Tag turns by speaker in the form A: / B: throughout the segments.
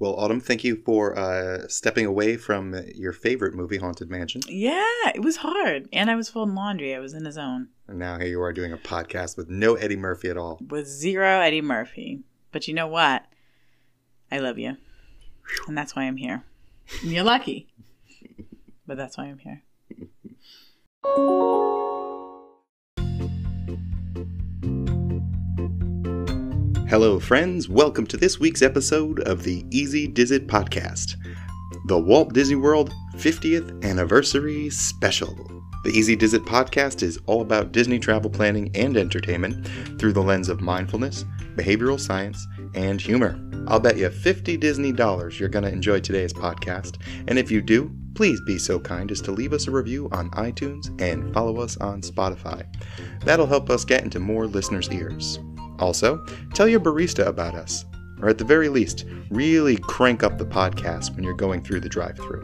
A: Well, Autumn, thank you for uh, stepping away from your favorite movie, Haunted Mansion.
B: Yeah, it was hard. And I was folding laundry. I was in a zone
A: And now here you are doing a podcast with no Eddie Murphy at all.
B: with zero Eddie Murphy. But you know what? I love you. And that's why I'm here. And you're lucky. But that's why I'm here.
A: Hello, friends. Welcome to this week's episode of the Easy Dizit Podcast, the Walt Disney World 50th Anniversary Special. The Easy Dizit Podcast is all about Disney travel planning and entertainment through the lens of mindfulness, behavioral science, and humor. I'll bet you 50 Disney dollars you're going to enjoy today's podcast, and if you do, please be so kind as to leave us a review on iTunes and follow us on Spotify. That'll help us get into more listeners' ears. Also, tell your barista about us, or at the very least, really crank up the podcast when you're going through the drive through.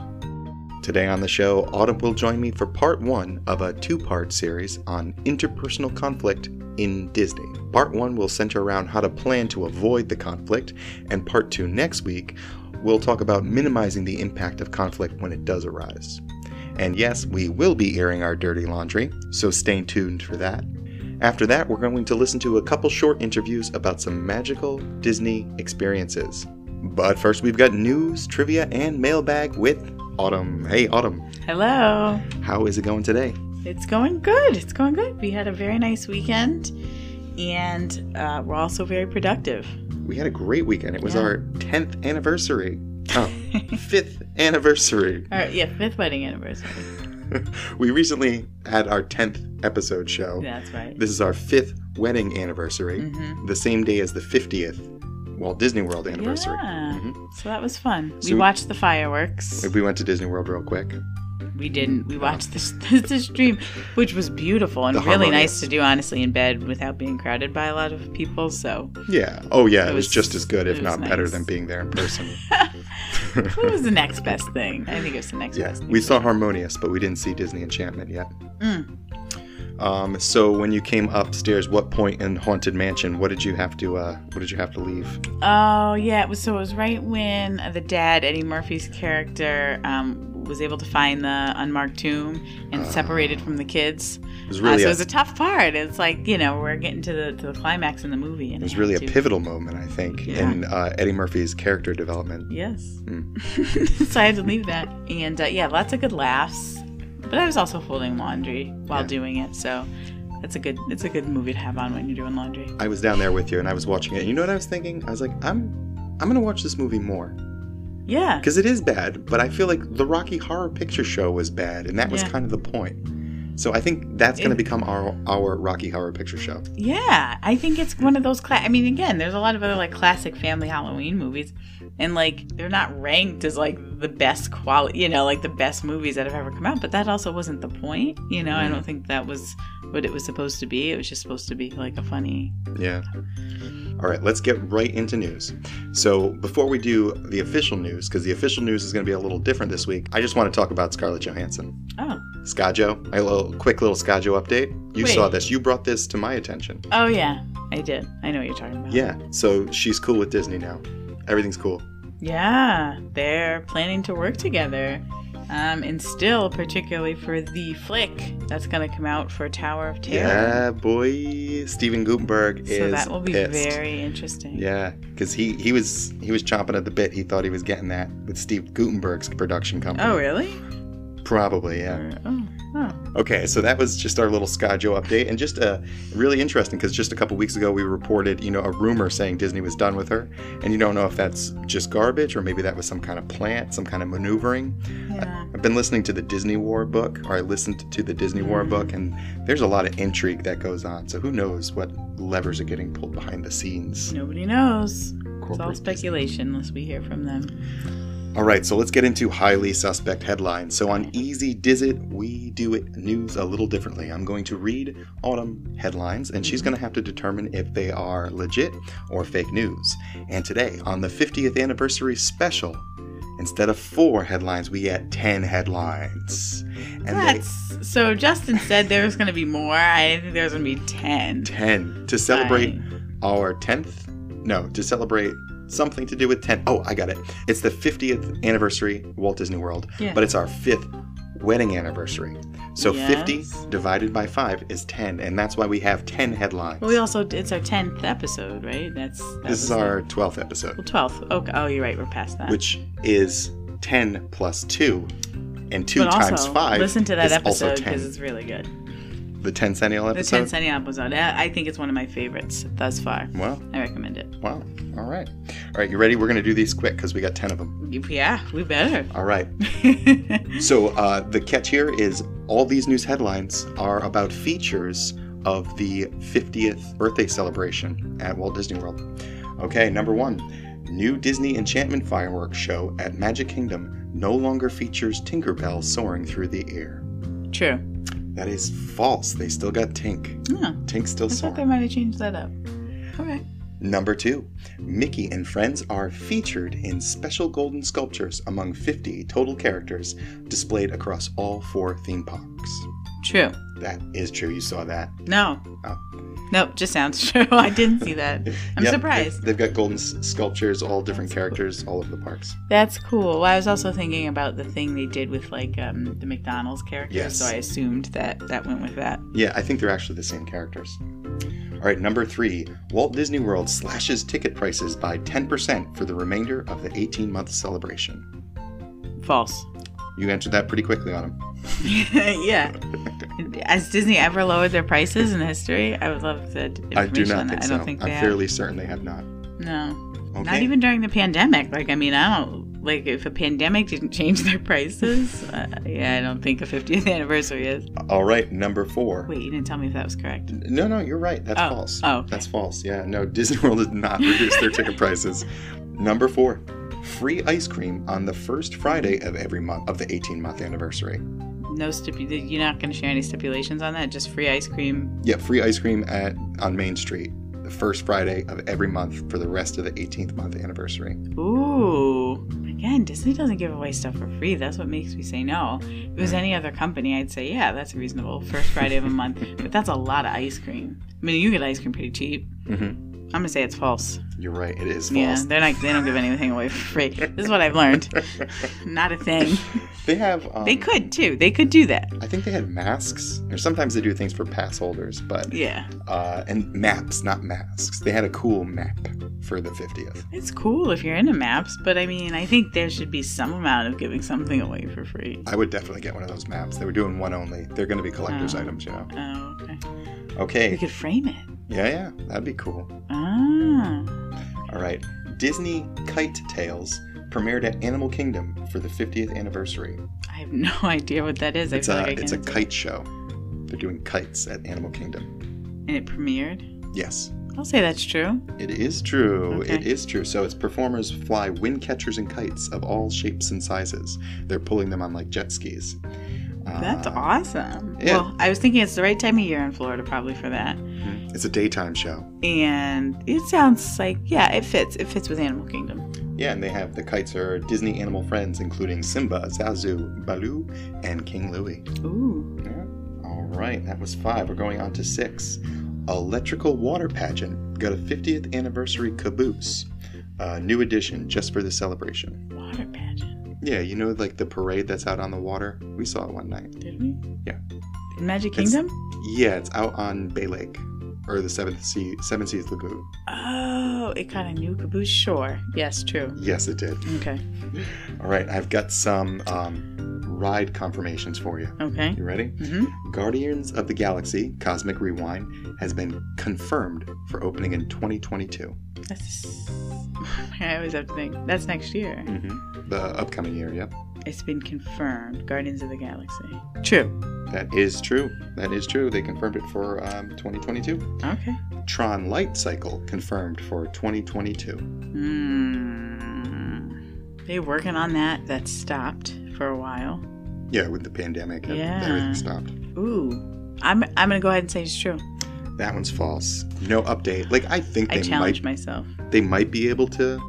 A: Today on the show, Autumn will join me for part one of a two part series on interpersonal conflict in Disney. Part one will center around how to plan to avoid the conflict, and part two next week will talk about minimizing the impact of conflict when it does arise. And yes, we will be airing our dirty laundry, so stay tuned for that. After that, we're going to listen to a couple short interviews about some magical Disney experiences. But first, we've got news, trivia, and mailbag with Autumn. Hey, Autumn,
B: Hello.
A: how is it going today?
B: It's going good. It's going good. We had a very nice weekend. And uh, we're also very productive.
A: We had a great weekend. It was
B: Yeah.
A: our 10th anniversary. Oh, 5th anniversary.
B: All right, yeah, fifth wedding anniversary.
A: We recently had our 10th episode show.
B: That's right.
A: This is our 5th wedding anniversary,
B: Mhm.
A: the same day as the 50th Walt Disney World anniversary.
B: Yeah.
A: Mhm.
B: So that was fun.
A: So
B: we
A: we-
B: watched the fireworks.
A: We went to Disney World real quick.
B: We didn't. We watched this this stream, which was beautiful and
A: The
B: really
A: harmonious.
B: nice to do, honestly, in bed without being crowded by a lot of people. So
A: Yeah. Oh, yeah. It,
B: It
A: was,
B: was-
A: just as good,
B: it
A: if
B: was
A: not better,
B: nice.
A: than being there in person.
B: it was the next best thing. I think it was the next
A: yeah.
B: best thing.
A: We saw Harmonious, but we didn't see Disney Enchantment yet.
B: Mm.
A: Um, so when you came upstairs, what point in Haunted Mansion? What did you have to? Uh, what did you have to leave?
B: Oh yeah, it was. So it was right when the dad, Eddie Murphy's character, um, was able to find the unmarked tomb and
A: Ah.
B: separated from the kids.
A: It was
B: Uh,
A: really
B: so
A: a,
B: it was a tough part. It's like you know we're getting to the to the climax in the movie.
A: it
B: And
A: was
B: I
A: really a
B: had to-
A: pivotal moment, I think,
B: Yeah.
A: in uh, Eddie Murphy's character development.
B: Yes.
A: Mm.
B: so I had to leave that. And uh, yeah, lots of good laughs. But I was also folding laundry while
A: Yeah.
B: doing it, so it's a good it's a good movie to have on when you're doing laundry.
A: I was down there with you, and I was watching it. And you know what I was thinking? I was like, I'm, I'm gonna watch this movie more
B: Yeah.
A: because it is bad, but I feel like the Rocky Horror Picture Show was bad, and that was
B: Yeah.
A: kind of the point. So I think that's gonna
B: It-
A: become our our Rocky Horror Picture Show.
B: Yeah. I think it's one of those cla- I mean again, there's a lot of other like classic family Halloween movies and like they're not ranked as like the best quality, you know, like the best movies that have ever come out, but that also wasn't the point, you know. I
A: Mhm.
B: don't think that was what it was supposed to be. It was just supposed to be like a funny
A: Yeah. All right, let's get right into news. So, before we do the official news, because the official news is going to be a little different this week, I just want to talk about Scarlett Johansson.
B: Oh.
A: Scajo, a little quick little Scajo update. You saw
B: Wait.
A: this, you brought this to my attention.
B: Oh yeah. I did. I know what you're talking about.
A: Yeah, so she's cool with Disney now. Everything's cool.
B: Yeah, they're planning to work together. Um, and still, particularly for the flick that's going to come out for Tower of Terror.
A: Yeah, boy, Steven Gutenberg
B: so
A: is
B: that will be
A: pissed.
B: very interesting.
A: Yeah, because he he was he was chomping at the bit. He thought he was getting that with Steve Gutenberg's production company.
B: Oh, really?
A: Probably, yeah.
B: Or- oh, oh.
A: Okay, so that was just our little Scajo update, and just uh, really interesting because just a couple weeks ago we reported, you know, a rumor saying Disney was done with her, and you don't know if that's just garbage or maybe that was some kind of plant, some kind of maneuvering.
B: Yeah.
A: I've been listening to the Disney War book, or I listened to the Disney
B: Mm.
A: War book, and there's a lot of intrigue that goes on. So who knows what levers are getting pulled behind the scenes?
B: Nobody knows. It's all
A: Corporate Disney.
B: speculation unless we hear from them.
A: All right, so let's get into highly suspect headlines. So on Easy Dizit, we do it news a little differently. I'm going to read autumn headlines, and she's going to have to determine if they are legit or fake news. And today, on the 50th anniversary special, instead of four headlines, we get 10 headlines. And they-
B: That's so. Justin said there was going to be more. I think there's going to be ten.
A: 10 to celebrate
B: Fine.
A: our 10th, no, to celebrate something to do with 10. Oh, I got it. It's the 50th anniversary Walt Disney World,
B: Yeah.
A: but it's our fifth wedding anniversary. So 50
B: Yes.
A: divided by 5 is 10, and that's why we have 10 headlines.
B: Well, we also it's our tenth episode, right? That's that
A: this
B: was
A: is
B: the-
A: our 12th episode,
B: well twelfth. Okay. Oh, you're right. We're past that.
A: which is 10 plus 2, and 2
B: but
A: times
B: also,
A: 5
B: Listen to that
A: is also
B: episode
A: 10.
B: because it's really good.
A: the 10 centennial
B: The
A: episode?
B: ten Sunny episode. I I think it's one of my favorites thus far.
A: Wow,
B: I recommend it.
A: wow. All right. All right, you ready? We're going to do these quick because we got 10 of them.
B: Yeah, we better.
A: All right. So uh, the catch here is all these news headlines are about features of the 50th birthday celebration at Walt Disney World. Okay, number one, new Disney Enchantment fireworks show at Magic Kingdom no longer features Tinkerbell soaring through the air.
B: True.
A: That is false. They still got Tink.
B: Oh,
A: Tink still
B: I thought
A: soaring.
B: they might have changed that up. Okay.
A: Number two, Mickey and friends are featured in special golden sculptures among 50 total characters displayed across all four theme parks.
B: True.
A: That is true. You saw that.
B: No.
A: Oh.
B: Nope, just sounds true. I didn't see that. I'm
A: Yep,
B: surprised.
A: They've, they've got golden s- sculptures, all different characters, all over the parks.
B: That's cool. Well, I was also thinking about the thing they did with like um, the McDonald's characters,
A: Yes.
B: so I assumed that that went with that.
A: Yeah, I think they're actually the same characters. All right, number three Walt Disney World slashes ticket prices by 10% for the remainder of the 18 month celebration.
B: False.
A: You answered that pretty quickly on him.
B: yeah. Has Disney ever lowered their prices in history? I would love the d- information
A: I do
B: on
A: not
B: that.
A: think
B: I
A: so.
B: don't think they
A: I'm
B: have.
A: fairly certain they have not.
B: No.
A: Okay.
B: Not even during the pandemic. Like, I mean, I don't like if a pandemic didn't change their prices. Uh, yeah, I don't think a 50th anniversary is.
A: All right, number four.
B: Wait, you didn't tell me if that was correct.
A: No, no, you're right. That's
B: Oh,
A: false.
B: oh, okay.
A: That's false. Yeah, no, Disney World did not reduce their ticket prices. Number four, free ice cream on the first Friday of every month of the 18 month anniversary.
B: No stipu- You're not going to share any stipulations on that. Just free ice cream.
A: Yeah, free ice cream at on Main Street the first Friday of every month for the rest of the 18th month anniversary.
B: Ooh. Again, Disney doesn't give away stuff for free. That's what makes me say no. If it was any other company, I'd say, yeah, that's reasonable. First Friday of a month. But that's a lot of ice cream. I mean, you get ice cream pretty cheap.
A: Mm-hmm.
B: I'm going to say it's false.
A: You're right. It is false.
B: Yeah, they're not, they don't give anything away for free. This is what I've learned. Not a thing.
A: They have. Um,
B: They could, too. They could do that.
A: I think they had masks, or sometimes they do things for pass holders, but
B: Yeah.
A: uh, and maps, not masks. They had a cool map for the 50th.
B: It's cool if you're into maps, but I mean, I think there should be some amount of giving something away for free.
A: I would definitely get one of those maps. They were doing one only. They're going to be collector's
B: Oh.
A: items, you know.
B: Oh, okay. We
A: Okay.
B: could frame it.
A: Yeah, yeah. That'd be cool.
B: Ah.
A: All right. Disney Kite Tales premiered at Animal Kingdom for the 50th anniversary.
B: I have no idea what that is. I
A: It's
B: feel
A: a
B: like I
A: it's a
B: can
A: kite show. They're doing kites at Animal Kingdom.
B: And it premiered.
A: Yes,
B: I'll say that's true.
A: it is true.
B: Okay.
A: It is true. So its performers fly wind catchers and kites of all shapes and sizes. They're pulling them on like jet skis.
B: That's
A: Uh,
B: awesome.
A: yeah.
B: Well, I was thinking it's the right time of year in Florida probably for that.
A: It's a daytime show.
B: And it sounds like yeah, it fits. It fits with Animal Kingdom.
A: Yeah, and they have the kites are Disney animal friends, including Simba, Zazu, Baloo, and King Louie.
B: Ooh.
A: Yeah. All right, that was five. We're going on to six. Electrical water pageant got a 50th anniversary caboose. Uh, new edition just for the celebration.
B: Water pageant.
A: Yeah, you know, like the parade that's out on the water? We saw it one night.
B: Did we?
A: Yeah.
B: In Magic
A: It's-
B: Kingdom?
A: Yeah, it's out on Bay Lake or the Seventh Sea, Seven Seas Lagoon.
B: Oh, it got a new caboose. Sure. Yes, true.
A: Yes, it did.
B: Okay.
A: All right, I've got some um, ride confirmations for you.
B: Okay.
A: You ready?
B: hmm
A: Guardians of the Galaxy Cosmic Rewind has been confirmed for opening in 2022.
B: That's. I always have to think. That's next year.
A: The upcoming year, yep.
B: It's been confirmed. Guardians of the Galaxy. True.
A: That is true. That is true. They confirmed it for um, 2022.
B: Okay.
A: Tron Light Cycle confirmed for 2022.
B: Mm. They working on that. That stopped for a while.
A: Yeah, with the pandemic, ev-
B: Yeah.
A: everything stopped.
B: Ooh. I'm I'm gonna go ahead and say it's true.
A: That one's false. No update. Like I think
B: I
A: they
B: challenge
A: might
B: myself.
A: they might be able to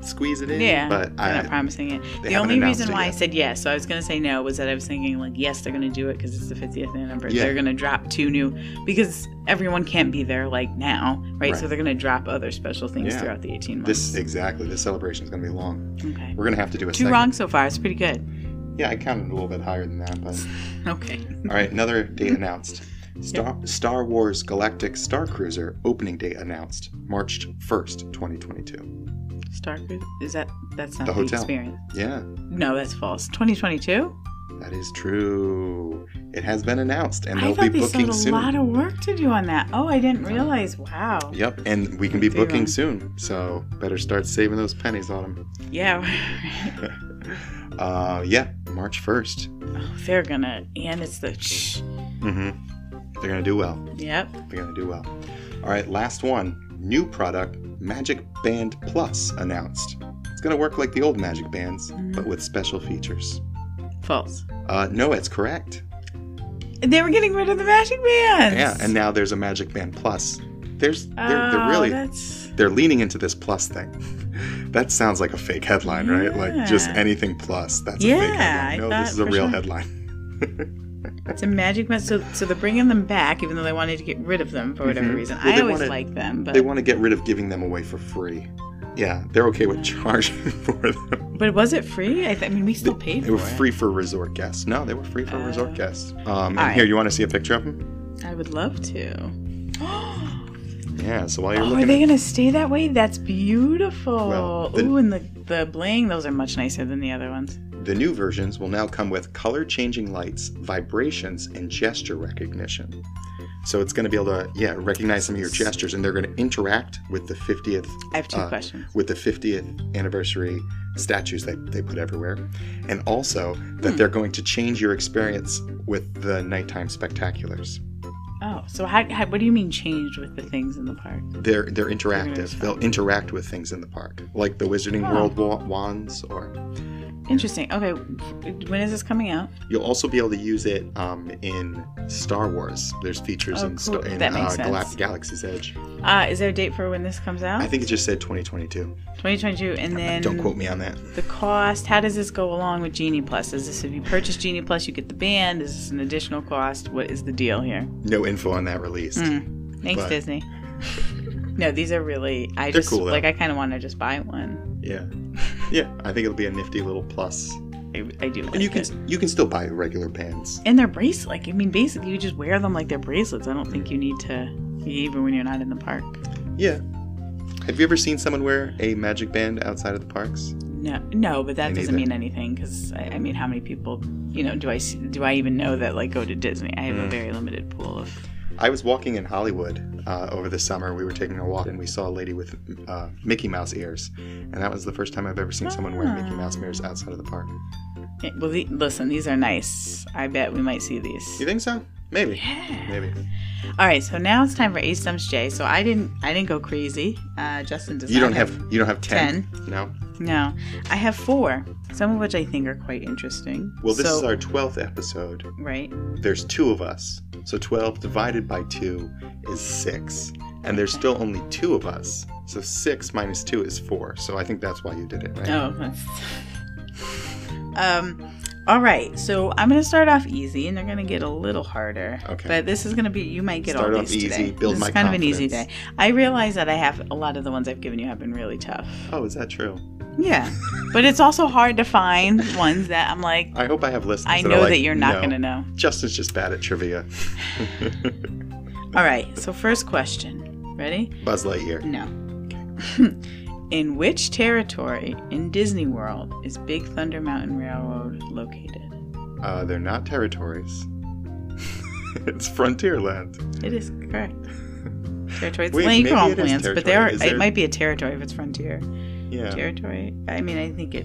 A: squeeze it in.
B: yeah,
A: but
B: they're not
A: I,
B: promising it.
A: they
B: The
A: haven't
B: only
A: announced
B: reason
A: it
B: why I
A: yet.
B: said yes, so I was going to say no, was that I was thinking like, yes, they're going to do it because it's the 50th anniversary.
A: Yeah.
B: They're going to drop two new because everyone can't be there like now, right?
A: Right.
B: So they're going to drop other special things
A: Yeah.
B: throughout the 18 months.
A: this exactly. This celebration is going to be long.
B: okay.
A: We're going to have to do a
B: Two
A: segment.
B: wrong so far. It's pretty good.
A: Yeah, I counted a little bit higher than that, but
B: Okay.
A: all right. Another date announced. Star, Star Wars Galactic Star Cruiser opening date announced March 1st, 2022.
B: Star Cruise? Is that that's not
A: The
B: the,
A: hotel.
B: experience?
A: Yeah,
B: No, that's false. 2022.
A: that is true. It has been announced and
B: I
A: they'll
B: thought
A: be
B: they still
A: booking
B: had a
A: soon.
B: lot of work to do on that. Oh, I didn't realize. Wow.
A: Yep, and we can be
B: Let's do
A: booking
B: them.
A: soon, so better start saving those pennies on them.
B: Yeah.
A: Uh, yeah, March 1st.
B: oh, they're gonna. And it's the. Shh.
A: Mm-hmm. They're gonna do well.
B: Yep.
A: They're gonna do well. All right, last one. New product, Magic Band Plus, announced. It's gonna work like the old Magic Bands, but with special features.
B: False.
A: Uh, no, it's correct.
B: They were getting rid of the magic bands.
A: Yeah, and now there's a Magic Band Plus. There's they're, they're
B: Oh,
A: really
B: That's.
A: they're leaning into this plus thing. that sounds like a fake headline, right? Like just
B: Yeah.
A: anything plus. That's a fake
B: Yeah, I
A: headline. No, this
B: thought
A: is a
B: for
A: real
B: sure.
A: headline.
B: It's a magic band. So, so they're bringing them back, even though they wanted to get rid of them for whatever
A: Mhm.
B: reason.
A: Well,
B: I
A: they
B: always
A: wanted-
B: liked them, but
A: They want to get rid of giving them away for free. Yeah, they're okay with charging for them.
B: but was it free? I, th- I mean, we still paid
A: They were
B: for it.
A: free for resort guests. No, they were free for resort
B: Oh.
A: guests. Um, and
B: right.
A: here, you want to see a picture of them?
B: I would love to.
A: Yeah. So while you're
B: Oh, are
A: looking,
B: they
A: at,
B: gonna stay that way? That's beautiful.
A: Well, the-
B: Ooh, and the the bling, those are much nicer than the other ones.
A: the new versions will now come with color-changing lights, vibrations, and gesture recognition. So it's going to be able to, yeah, recognize some of your gestures, and they're going to interact with the 50th
B: I have two
A: Uh,
B: questions.
A: with the 50th anniversary statues they, they put everywhere. And also that
B: Hmm.
A: they're going to change your experience with the nighttime spectaculars.
B: Oh, so how, how, what do you mean changed with the things in the park?
A: They're they're interactive.
B: Interesting.
A: They'll interact with things in the park, like the Wizarding
B: Huh.
A: World wa- wands. Or
B: Interesting. Okay, f- when is this coming out?
A: you'll also be able to use it um, in Star Wars. There's features
B: Oh,
A: in,
B: cool.
A: Star, in
B: That makes
A: uh, Gala-
B: sense.
A: Galaxy's Edge.
B: Uh, is there a date for when this comes out?
A: I think it just said 2022.
B: 2022, and then
A: Don't quote me on that.
B: the cost. How does this go along with Genie Plus? Is this if you purchase Genie Plus, you get the band? Is this an additional cost? What is the deal here?
A: No info on that released.
B: Mm. Thanks,
A: But-
B: Disney. No, these are really. I
A: They're
B: just
A: cool, though.
B: like. I kind of want to just buy one.
A: Yeah, yeah. I think it'll be a nifty little plus.
B: I, I do.
A: And you
B: like
A: can
B: it.
A: you can still buy regular bands.
B: And they're bracelet. Like, I mean, basically, you just wear them like they're bracelets. I don't think you need to, even when you're not in the park.
A: Yeah. Have you ever seen someone wear a magic band outside of the parks?
B: No, no, but that
A: Me
B: doesn't
A: neither.
B: mean anything because I, I mean, how many people, you know, do I see- do I even know that like go to Disney? I have a
A: Mm.
B: very limited pool of.
A: I was walking in Hollywood uh, over the summer. We were taking a walk and we saw a lady with uh, Mickey Mouse ears, and that was the first time I've ever seen someone wear Mickey Mouse ears outside of the park.
B: Eh, Well, the, listen, these are nice. I bet we might see these.
A: You think so? Maybe.
B: Yeah.
A: Maybe.
B: All right, so now it's time for A Stumps J. So I didn't, I didn't go crazy. Uh, Justin does.
A: You
B: not
A: don't have you don't have ten. No.
B: No, I have four. Some of which I think are quite interesting.
A: Well, this
B: So-
A: is our twelfth episode.
B: right.
A: There's two of us, so twelve divided by two is six, and there's
B: Okay.
A: still only two of us. So six minus two is four. So I think that's why you did it, right?
B: Oh, that's. um, all right. So I'm gonna start off easy, and they're gonna get a little harder.
A: Okay.
B: But this is gonna be. You might get
A: Start
B: all
A: off
B: these
A: easy,
B: today.
A: build
B: this
A: my
B: is kind of an easy day.
A: confidence.
B: I realize that I have a lot of the ones I've given you have been really tough.
A: Oh, is that true?
B: Yeah, but it's also hard to find ones that I'm like.
A: I hope I have listeners.
B: I
A: that,
B: know
A: are like,
B: that you're not
A: "No,
B: gonna know.
A: Justin's just bad at trivia.
B: All right. So first question. Ready?
A: Buzz Lightyear.
B: No. In which territory in Disney World is Big Thunder Mountain Railroad located?
A: Uh, they're not territories. it's Frontierland.
B: It is correct. Territory. It's
A: Hmm. Wait,
B: land- you can
A: maybe
B: all
A: it is
B: plans, but
A: territory.
B: there, are,
A: Is there-
B: it might be a territory if it's frontier
A: Yeah.
B: territory. I mean, I think it.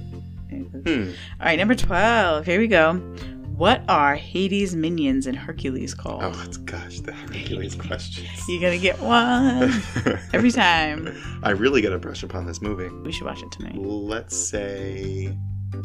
A: Hmm.
B: All right, number twelve. Here we go. What are Hades' minions in Hercules called?
A: Oh, it's, gosh, the Hercules questions.
B: You're gonna get one every time.
A: I really got to brush upon this movie.
B: We should watch it tonight.
A: Let's say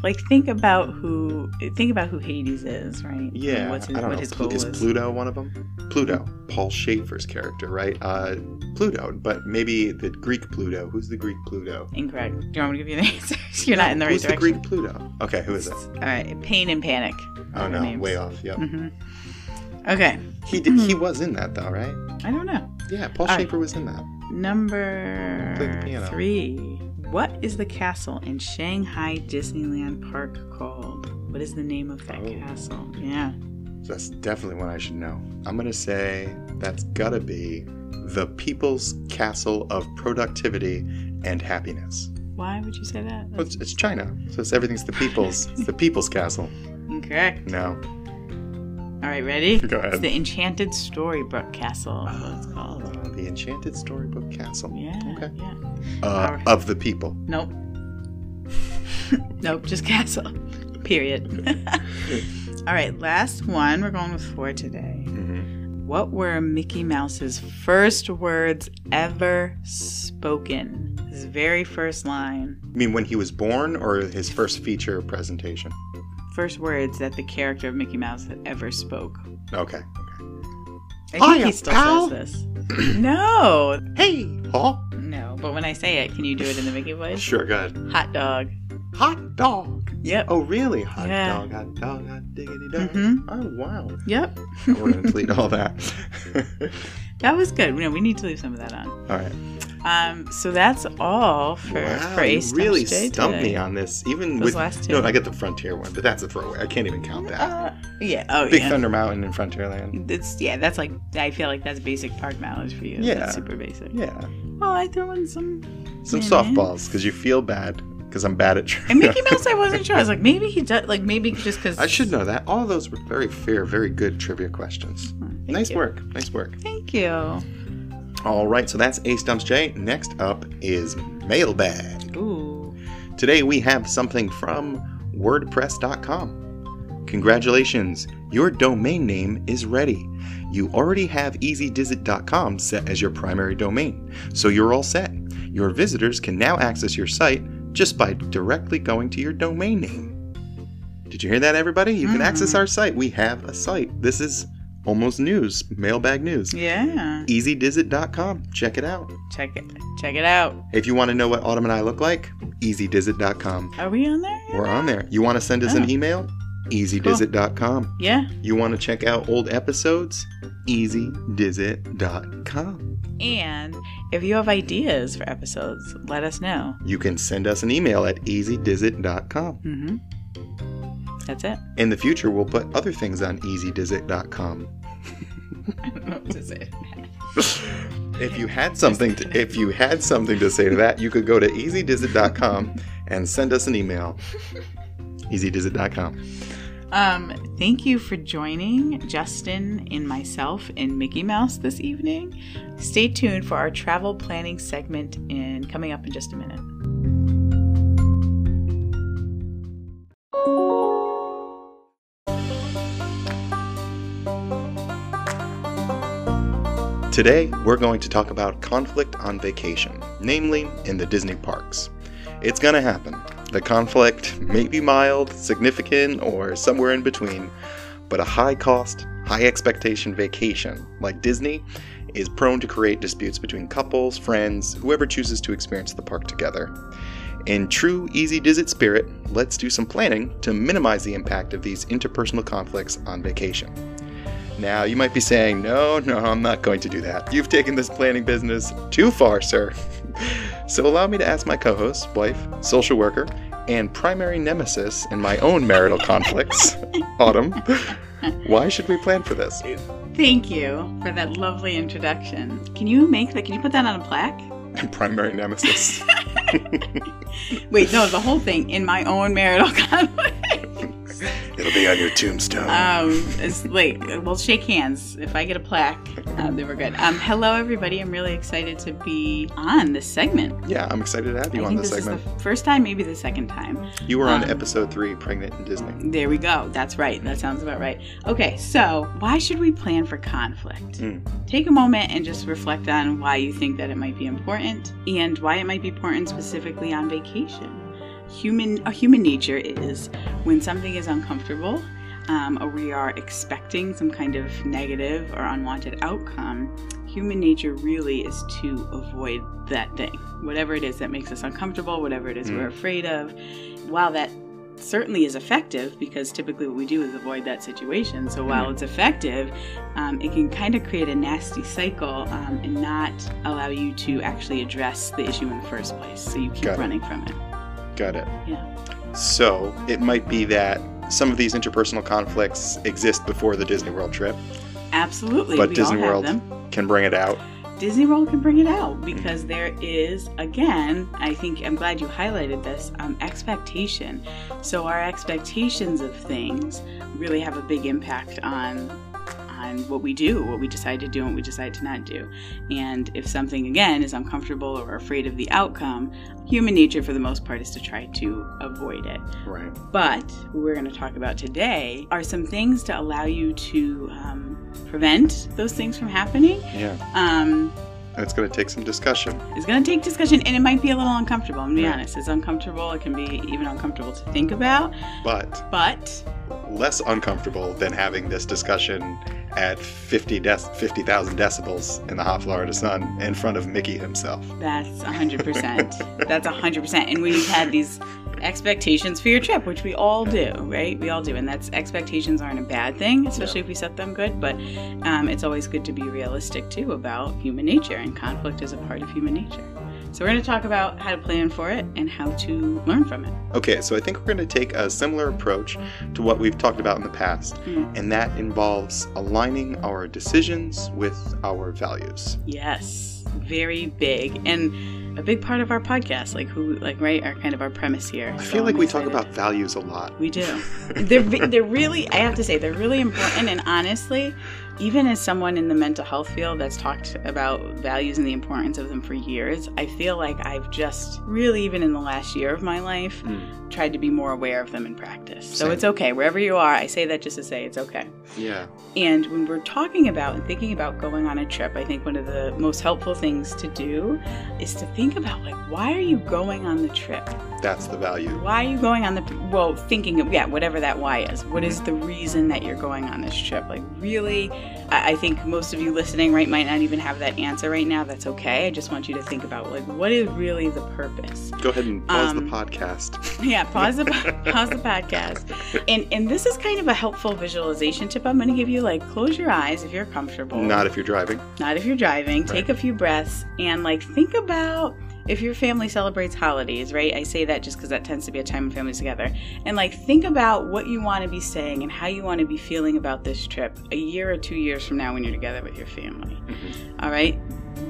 B: Like think about who think about who Hades is, right?
A: Yeah,
B: What's his,
A: I don't
B: what
A: know.
B: his
A: Plu-
B: goal
A: is
B: is.
A: Pluto one of them? Pluto, Paul Schaefer's character, right? Uh, Pluto, but maybe the Greek Pluto. Who's the Greek Pluto?
B: Incorrect. Do you want me to give you the answers? You're not in the right
A: Who's
B: direction.
A: the Greek Pluto? Okay, who is it?
B: All right, pain and panic.
A: Oh no, way off. Yep.
B: hmm Okay,
A: He did, he was in that though, right?
B: I don't know.
A: Yeah, Paul
B: All right.
A: Schaefer was in that. Play the
B: Number
A: piano.
B: three. What is the castle in Shanghai Disneyland Park called? What is the name of that
A: Oh.
B: castle? Yeah.
A: That's definitely one I should know. I'm gonna say that's gotta be the People's Castle of Productivity and Happiness.
B: Why would you say that?
A: Well, it's, it's China, so it's everything's the people's. it's the people's castle.
B: incorrect.
A: No,
B: All right, ready?
A: Go
B: It's
A: ahead.
B: the Enchanted Storybook Castle. it's
A: Oh,
B: called.
A: the Enchanted Storybook Castle.
B: Yeah.
A: Okay.
B: Yeah.
A: Uh,
B: Alright.
A: Of the people.
B: Nope. nope, just castle. Period. All right, last one. We're going with four today.
A: Mm-hmm.
B: What were Mickey Mouse's first words ever spoken? His very first line.
A: I mean, when he was born, or his first feature presentation.
B: First words that the character of Mickey Mouse had ever spoke.
A: Okay.
B: I think
A: Hiya,
B: he still
A: pal.
B: says this. no.
A: Hey, Paul.
B: No, but when I say it, can you do it in the Mickey voice?
A: Sure. Go ahead.
B: Hot dog.
A: Hot dog.
B: Yep.
A: Oh, really? Hot
B: Yeah.
A: dog. Hot dog. Hot diggity dog.
B: Mhm.
A: Oh, wow.
B: Yep.
A: We're gonna delete all that.
B: That was good. No, we need to leave some of that on.
A: all right.
B: Um, so that's all for
A: wow,
B: for
A: you
B: Ace
A: really
B: Touch Day
A: stumped
B: today.
A: me on this. Even
B: Those
A: with
B: last two.
A: no, I get the Frontier one, but that's a throwaway. I can't even count that.
B: Uh, yeah. Oh
A: Big
B: yeah.
A: Thunder Mountain and Frontierland.
B: It's yeah. That's like I feel like that's basic park knowledge for you.
A: Yeah.
B: That's super basic.
A: Yeah.
B: Well, I threw in some.
A: Some
B: Yeah.
A: softballs because you feel bad because I'm bad at trivia.
B: And Mickey Mouse, I wasn't sure. I was like, maybe he does. Like maybe just because.
A: I should know that. All those were very fair, very good trivia questions. nice
B: you.
A: work. Nice work.
B: Thank you.
A: All right, so that's Ace Dumps J. Next up is Mailbag.
B: Ooh.
A: Today we have something from WordPress.com. Congratulations, your domain name is ready. You already have EasyDizit.com set as your primary domain, so you're all set. Your visitors can now access your site just by directly going to your domain name. Did you hear that, everybody? You can
B: Mhm.
A: access our site. We have a site. This is almost news, mailbag news.
B: Yeah.
A: EasyDizit.com. Check it out.
B: Check it. Check it out.
A: If you want to know what Autumn and I look like, EasyDizit.com.
B: Are we on there?
A: We're on there. You want to send us
B: Oh.
A: an email? EasyDizit.com.
B: Yeah.
A: You want to check out old episodes? EasyDizit.com.
B: And if you have ideas for episodes, let us know.
A: You can send us an email at EasyDizit.com.
B: Mm-hmm. That's it.
A: In the future, we'll put other things on EasyDizit.com.
B: I don't know what to say.
A: If you had something, to, if you had something to say to that, you could go to EasyDizit.com and send us an email. EasyDizit.com.
B: Um, thank you for joining Justin and myself and Mickey Mouse this evening. Stay tuned for our travel planning segment in coming up in just a minute.
A: Today, we're going to talk about conflict on vacation, namely in the Disney parks. It's gonna happen. The conflict may be mild, significant, or somewhere in between, but a high cost, high expectation vacation, like Disney, is prone to create disputes between couples, friends, whoever chooses to experience the park together. In true easy dizit spirit, let's do some planning to minimize the impact of these interpersonal conflicts on vacation. Now, you might be saying, no, no, I'm not going to do that. You've taken this planning business too far, sir. so, allow me to ask my co host, wife, social worker, and primary nemesis in my own marital conflicts, Autumn, why should we plan for this?
B: Thank you for that lovely introduction. Can you make that? Can you put that on a plaque?
A: primary nemesis.
B: Wait, no, the whole thing in my own marital conflict.
A: It'll be on your tombstone.
B: Um, it's like, we'll shake hands. If I get a plaque, um, then we're good. Um, hello, everybody. I'm really excited to be on this segment.
A: yeah, I'm excited to have you
B: I
A: on
B: think
A: this
B: this
A: segment.
B: is the first time, maybe the second time.
A: you were on
B: um,
A: episode three, Pregnant in Disney.
B: There we go. That's right. That sounds about right. Okay, so why should we plan for conflict?
A: Hmm.
B: Take a moment and just reflect on why you think that it might be important and why it might be important specifically on vacation. human a human nature is when something is uncomfortable um, or we are expecting some kind of negative or unwanted outcome, human nature really is to avoid that thing. Whatever it is that makes us uncomfortable, whatever it is
A: Mm.
B: we're afraid of, while that certainly is effective because typically what we do is avoid that situation.
A: Mm-hmm.
B: So while it's effective, um, it can kind of create a nasty cycle um, and not allow you to actually address the issue in the first place. So you keep
A: Got it.
B: running from it.
A: Got it.
B: Yeah.
A: So it might be that some of these interpersonal conflicts exist before the Disney World trip,
B: Absolutely.
A: But
B: we
A: Disney
B: all have
A: World-
B: them.
A: can bring it out.
B: Disney World can bring it out because there is, again, I think I'm glad you highlighted this um, expectation. So our expectations of things really have a big impact on on what we do, what we decide to do, and what we decide to not do. And if something again is uncomfortable or afraid of the outcome, human nature for the most part is to try to avoid it.
A: Right.
B: But what we're going to talk about today are some things to allow you to um, prevent those things from happening.
A: Yeah.
B: Um,
A: And it's going to take some discussion.
B: it's going to take discussion and it might be a little uncomfortable. I'm going to be
A: Right.
B: honest. It's uncomfortable. It can be even uncomfortable to think about.
A: But
B: But
A: less uncomfortable than having this discussion at 50 dec 50,000 decibels in the hot Florida sun in front of Mickey himself.
B: that's 100%. that's 100%. And when you've had these expectations for your trip, which we all do, right? We all do. And that's expectations aren't a bad thing, especially if we set them good. But um, it's always good to be realistic too about human nature and conflict is a part of human nature. So we're going to talk about how to plan for it and how to learn from it.
A: Okay, so I think we're going to take a similar approach to what we've talked about in the past,
B: Mm.
A: and that involves aligning our decisions with our values.
B: Yes, very big and a big part of our podcast. Like who, like right, our kind of our premise here.
A: I
B: So
A: feel like
B: I'm
A: we talk
B: excited.
A: about values a lot.
B: We do. They're ve- they're really. I have to say they're really important. And honestly, even as someone in the mental health field that's talked about values and the importance of them for years, I feel like I've just really, even in the last year of my life,
A: Mm.
B: tried to be more aware of them in practice. So
A: Same.
B: it's okay wherever you are. I say that just to say it's okay.
A: Yeah.
B: And when we're talking about and thinking about going on a trip, I think one of the most helpful things to do is to think about like, why are you going on the trip?
A: That's the value.
B: Why are you going on the well? Thinking of yeah, whatever that why is. What is the reason that you're going on this trip? Like really, I, I think most of you listening right might not even have that answer right now. That's okay. I just want you to think about like, what is really the purpose?
A: Go ahead and pause the
B: Um,
A: podcast.
B: Yeah, pause the pause the podcast. And and this is kind of a helpful visualization tip I'm going to give you. Like close your eyes if you're comfortable.
A: Not if you're driving.
B: not if you're driving. Take a few breaths and like think about if your family celebrates holidays, right? I say that just because that tends to be a time when families together. And like think about what you want to be saying and how you want to be feeling about this trip a year or two years from now when you're together with your family.
A: Mm-hmm.
B: All right?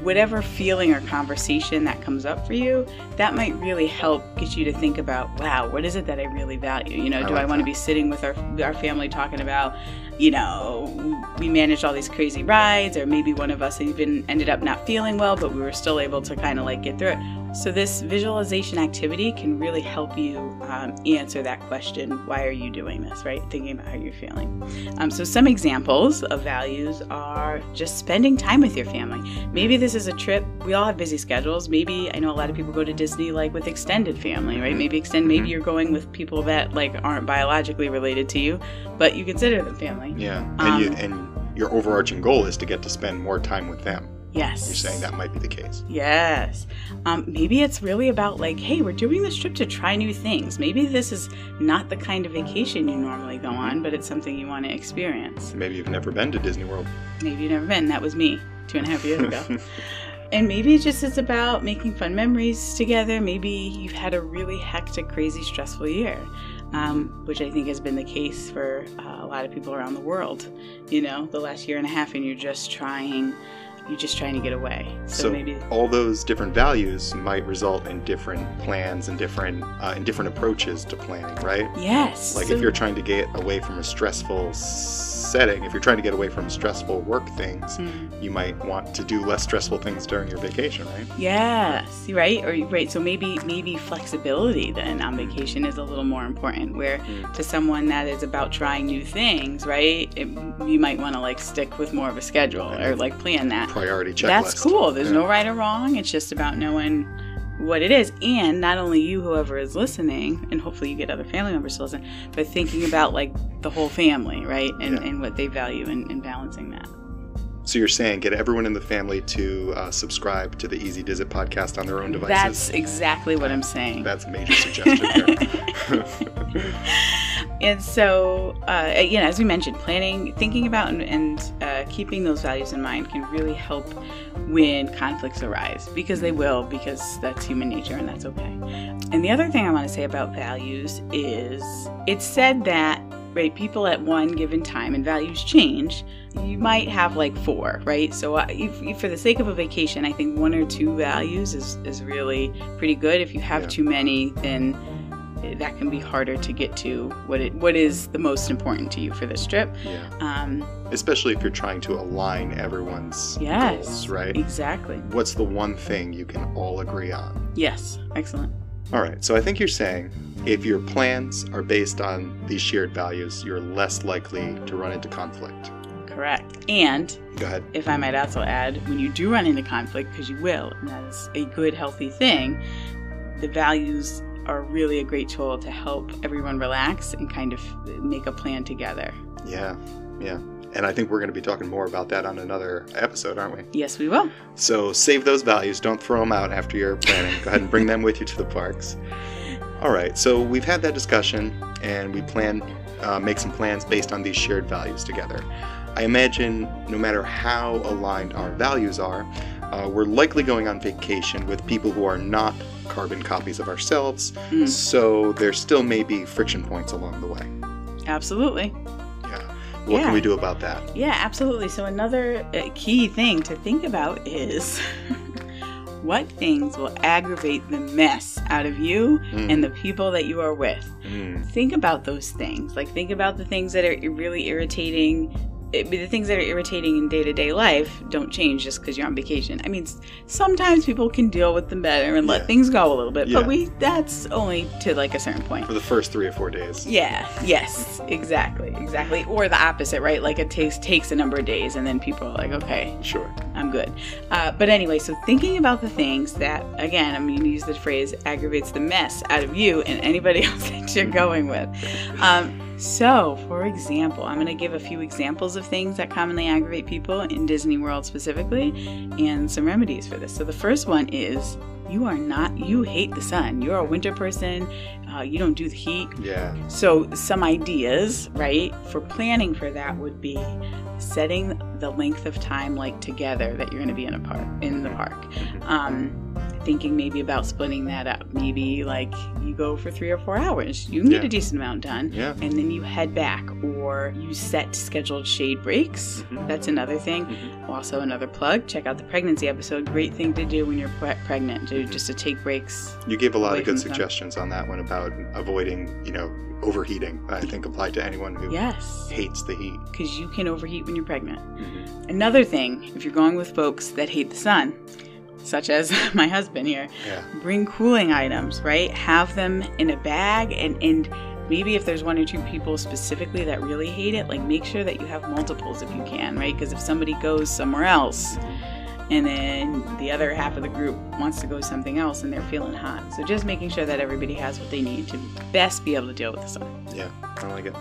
B: Whatever feeling or conversation that comes up for you, that might really help get you to think about, wow, what is it that I really value? You know,
A: I
B: do I
A: like
B: want to
A: that.
B: be sitting with our, our family talking about you know, we managed all these crazy rides, or maybe one of us even ended up not feeling well, but we were still able to kind of like get through it. So, this visualization activity can really help you um, answer that question why are you doing this, right? Thinking about how you're feeling. Um, so, some examples of values are just spending time with your family. Maybe this is a trip, we all have busy schedules. Maybe I know a lot of people go to Disney like with extended family,
A: Mm-hmm.
B: right? Maybe extend, maybe you're going with people that like aren't biologically related to you, but you consider them family.
A: Yeah. And
B: Um,
A: you and your overarching goal is to get to spend more time with them.
B: Yes.
A: You're saying that might be the case.
B: Yes. Um, maybe it's really about like, hey, we're doing this trip to try new things. Maybe this is not the kind of vacation you normally go on, but it's something you want to experience.
A: Maybe you've never been to Disney World.
B: Maybe you've never been. That was me two and a half years ago. and maybe it just is about making fun memories together. Maybe you've had a really hectic, crazy, stressful year, um, which I think has been the case for uh, a lot of people around the world. You know, the last year and a half, and you're just trying, you're just trying to get away. so
A: So-
B: maybe.
A: All those different values might result in different plans and different uh, and different approaches to planning, right?
B: Yes.
A: Like
B: so-
A: if you're trying to get away from a stressful s- setting, if you're trying to get away from stressful work things,
B: Mm.
A: you might want to do less stressful things during your vacation, right?
B: Yes, right? Or right, so maybe maybe flexibility then on vacation is a little more important where
A: Mm.
B: to someone that is about trying new things, right? It, you might want to like stick with more of a schedule or like plan that.
A: Priority checklist.
B: Uh, That's cool. There's
A: Yeah.
B: no right or wrong. It's just about knowing what it is and not only you whoever is listening and hopefully you get other family members to listen but thinking about like the whole family right and,
A: Yeah.
B: and what they value and, and balancing that
A: So you're saying get everyone in the family to uh, subscribe to the Easy Dizit podcast on their own
B: that's
A: devices.
B: exactly what i'm saying
A: That's a major suggestion there.
B: and so uh, you know as we mentioned planning thinking about and, and uh, keeping those values in mind can really help when conflicts arise because they will because that's human nature and that's okay and the other thing i want to say about values is it's said that right people at one given time and values change you might have like four right so uh, if, if for the sake of a vacation i think one or two values is, is really pretty good if you have
A: Yeah.
B: too many then that can be harder to get to what it what is the most important to you for this trip.
A: yeah.
B: Um,
A: Especially if you're trying to align everyone's
B: Yes.
A: goals, right?
B: exactly.
A: What's the one thing you can all agree on?
B: Yes. Excellent.
A: All right, so I think you're saying if your plans are based on these shared values, you're less likely to run into conflict.
B: Correct. And
A: Go ahead.
B: if I might also add, when you do run into conflict, because you will, and that is a good, healthy thing, the values are really a great tool to help everyone relax and kind of make a plan together.
A: Yeah, yeah. And I think we're going to be talking more about that on another episode, aren't we?
B: Yes, we will.
A: So save those values. Don't throw them out after you're planning. Go ahead and bring them with you to the parks. All right, so we've had that discussion and we plan, uh, make some plans based on these shared values together. I imagine no matter how aligned our values are, uh, we're likely going on vacation with people who are not carbon copies of ourselves,
B: Mm.
A: so there still may be friction points along the way.
B: Absolutely.
A: Yeah. What
B: Yeah.
A: can we do about that?
B: Yeah, absolutely. So, another uh, key thing to think about is what things will aggravate the mess out of you
A: Mm,
B: and the people that you are with.
A: mm,
B: Think about those things. Like, think about the things that are really irritating. It, the things that are irritating in day to day life don't change just because you're on vacation. I mean, s- sometimes people can deal with them better and let
A: Yeah.
B: things go a little bit,
A: Yeah.
B: but we that's only to like a certain point.
A: For the first three or four days.
B: Yeah. Yes. Exactly. Exactly. Or the opposite, right? Like it takes takes a number of days, and then people are like, okay,
A: Sure.
B: I'm good. Uh, but anyway, so thinking about the things that, again, I'm going to use the phrase aggravates the mess out of you and anybody else that you're going with. Um, so, for example, I'm going to give a few examples of things that commonly aggravate people in Disney World specifically and some remedies for this. So, the first one is you are not, you hate the sun. You're a winter person, uh, you don't do the heat.
A: Yeah.
B: So, some ideas, right, for planning for that would be setting the length of time like together that you're going to be in a park in the park.
A: Mm-hmm.
B: Um, thinking maybe about splitting that up. Maybe like you go for three or four hours. You can get
A: Yeah.
B: a decent amount done,
A: Yeah.
B: and then you head back, or you set scheduled shade breaks.
A: Mhm.
B: That's another thing. Also, another plug. Check out the pregnancy episode. Great thing to do when you're pre- pregnant, to just to take breaks
A: You gave a lot
B: away
A: of good
B: from them.
A: suggestions on that one about avoiding, you know, overheating. I think applied to anyone who
B: Yes.
A: hates the heat.
B: Because you can overheat when you're pregnant.
A: Mm-hmm.
B: Another thing, if you're going with folks that hate the sun, such as my husband here,
A: Yeah.
B: bring cooling items, right? Have them in a bag and and maybe if there's one or two people specifically that really hate it, like make sure that you have multiples if you can, right? Because if somebody goes somewhere else and then the other half of the group wants to go something else and they're feeling hot. So just making sure that everybody has what they need to best be able to deal with the sun.
A: Yeah. I don't like it.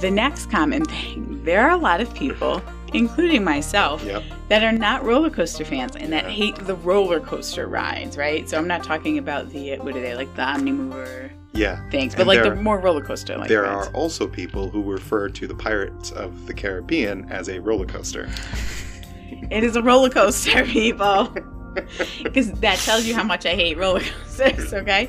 B: The next common thing, there are a lot of people, including myself,
A: Yep.
B: that are not roller coaster fans and that
A: Yeah.
B: hate the roller coaster rides, right? So I'm not talking about the what are they like the Omnimover
A: Yeah.
B: things, but
A: And
B: like
A: there-
B: the more roller coaster like
A: there
B: rides.
A: are also people who refer to the Pirates of the Caribbean as a roller coaster.
B: It is a roller coaster, people. Because that tells you how much I hate roller coasters. Okay,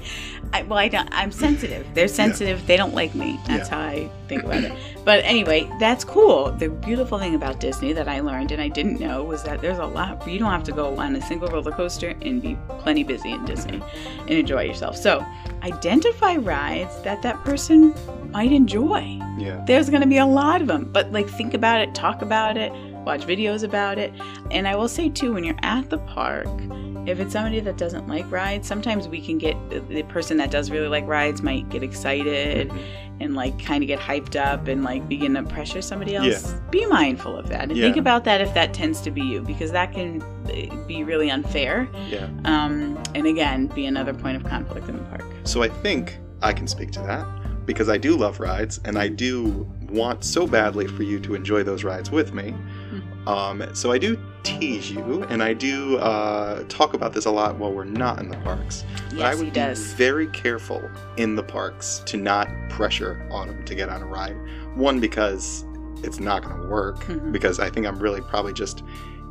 B: I, well, I don't. I'm sensitive. They're sensitive. They don't like me. That's how I think about it. But anyway, that's cool. The beautiful thing about Disney that I learned and I didn't know was that there's a lot. You don't have to go on a single roller coaster and be plenty busy in Disney and enjoy yourself. So identify rides that that person might enjoy
A: Yeah.
B: there's going to be a lot of them but like think about it talk about it watch videos about it. And I will say, too, when you're at the park, if it's somebody that doesn't like rides, sometimes we can get the- the person that does really like rides might get excited
A: Mm-hmm.
B: and like kind of get hyped up and like begin to pressure somebody else. Be mindful of that and
A: Yeah.
B: think about that if that tends to be you because that can uh, be really unfair.
A: Yeah.
B: Um, and again, be another point of conflict in the park.
A: So I think I can speak to that because I do love rides and I do want so badly for you to enjoy those rides with me. Um, so I do tease you and I do uh, talk about this a lot while we're not in the parks. But I
B: Yes,
A: would
B: he
A: be
B: does.
A: very careful in the parks to not pressure Autumn to get on a ride. One, because it's not going to work,
B: Mhm.
A: because I think I'm really probably just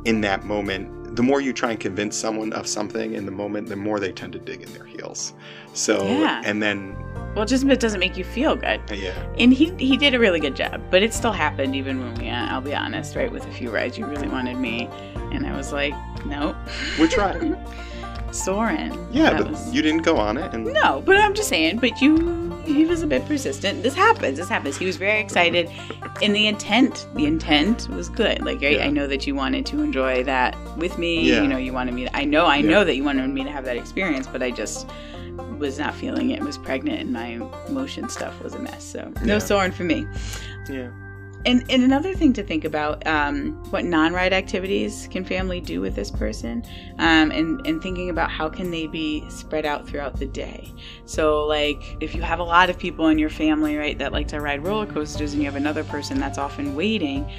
A: in that moment. The more you try and convince someone of something in the moment, the more they tend to dig in their heels. So,
B: Yeah.
A: and then,
B: Well, just it doesn't make you feel good.
A: yeah,
B: And he he did a really good job, but it still happened even when we, uh, I'll be honest, right? With a few rides, you really wanted me, and I was like, nope,
A: we're trying.
B: Soren.
A: Yeah,
B: That
A: but
B: was-
A: you didn't go on it. And
B: No, but I'm just saying, but you, he was a bit persistent. This happens. This happens. He was very excited, and the intent, the intent was good. Like I,
A: Yeah.
B: I know that you wanted to enjoy that with me.
A: Yeah.
B: You know, you wanted me. I know, I
A: Yeah.
B: know that you wanted me to have that experience, but I just was not feeling it. Was pregnant, and my emotion stuff was a mess. So no
A: Yeah.
B: Soren for me.
A: yeah,
B: And, and another thing to think about um, what non-ride activities can family do with this person um, and, and thinking about how can they be spread out throughout the day so like if you have a lot of people in your family right that like to ride roller coasters and you have another person that's often waiting